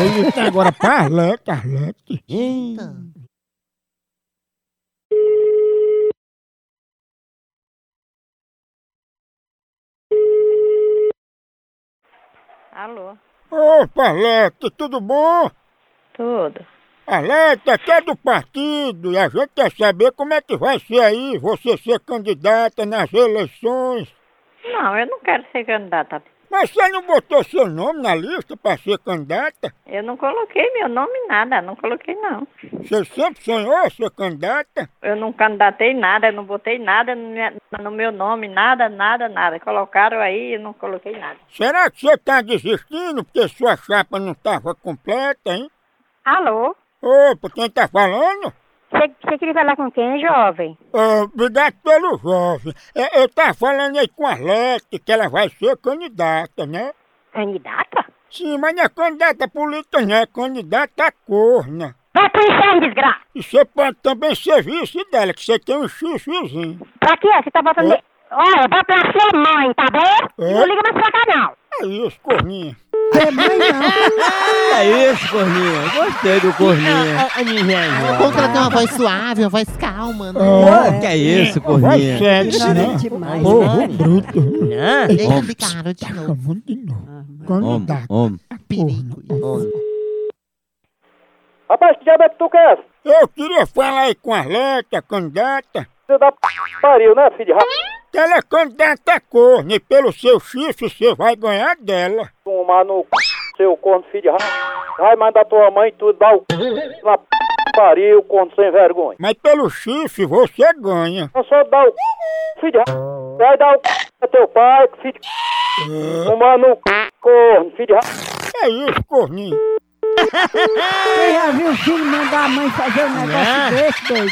Eita, tá agora Parlante, Arlante. Alô, Ô, Parlante, tudo bom? tudo. Arlante, aqui é do partido e a gente quer saber como é que vai ser aí você ser candidata nas eleições. Não, eu não quero ser candidata. Mas você não botou seu nome na lista para ser candidata? Eu não coloquei meu nome em nada, não coloquei não. Você sempre sonhou ser candidata? Eu não candidatei nada, eu não botei nada no minha- no meu nome, nada, nada, nada. Colocaram aí e eu não coloquei nada. Será que você está desistindo porque sua chapa não estava completa, hein? Alô? Opa, quem tá falando? Você queria falar com quem, jovem? Ah, obrigado pelo jovem. É, eu tava falando aí com a Arlete que ela vai ser candidata, né? Candidata? Sim, mas não é candidata política, não. É candidata à corna. Vai pro inferno, desgraça! E você pode também ser vice dela, que você tem um chuchuzinho. Pra quê? Você tá botando... Ô. Olha, eu vou pra ser mãe, tá bom? Ô. Não liga mais pra cá, não. É isso, corninha. É isso, Corninha. Gostei do Corninha. Como que ela tem uma voz suave, uma voz calma, né? que é isso, Vai Corninha? sexy, é né? tipo demais, Porra, bruto. Deixa eu Homem. ficar de novo. Chamando de novo. Homem, Candidata. Ah, homem. Perigo. Rapaz, que diabo é que tu quer? Eu queria falar aí com a Arlete, a candidata. Você dá p... pariu, né, filho de rap... que Ela é candidata à corna e pelo seu chifre você vai ganhar dela. Tomar no c... seu corno, filho de rap... Vai mandar tua mãe tudo, dá o c... na p... pariu, corno sem vergonha. Mas pelo chifre você ganha. Não só dá o c... filho de rap... Vai dar o c... a teu pai, que filho de c... Tomar no c... corno, filho de rap... É isso, corninho. Você já viu o filho mandar a mãe fazer um negócio desse, doido?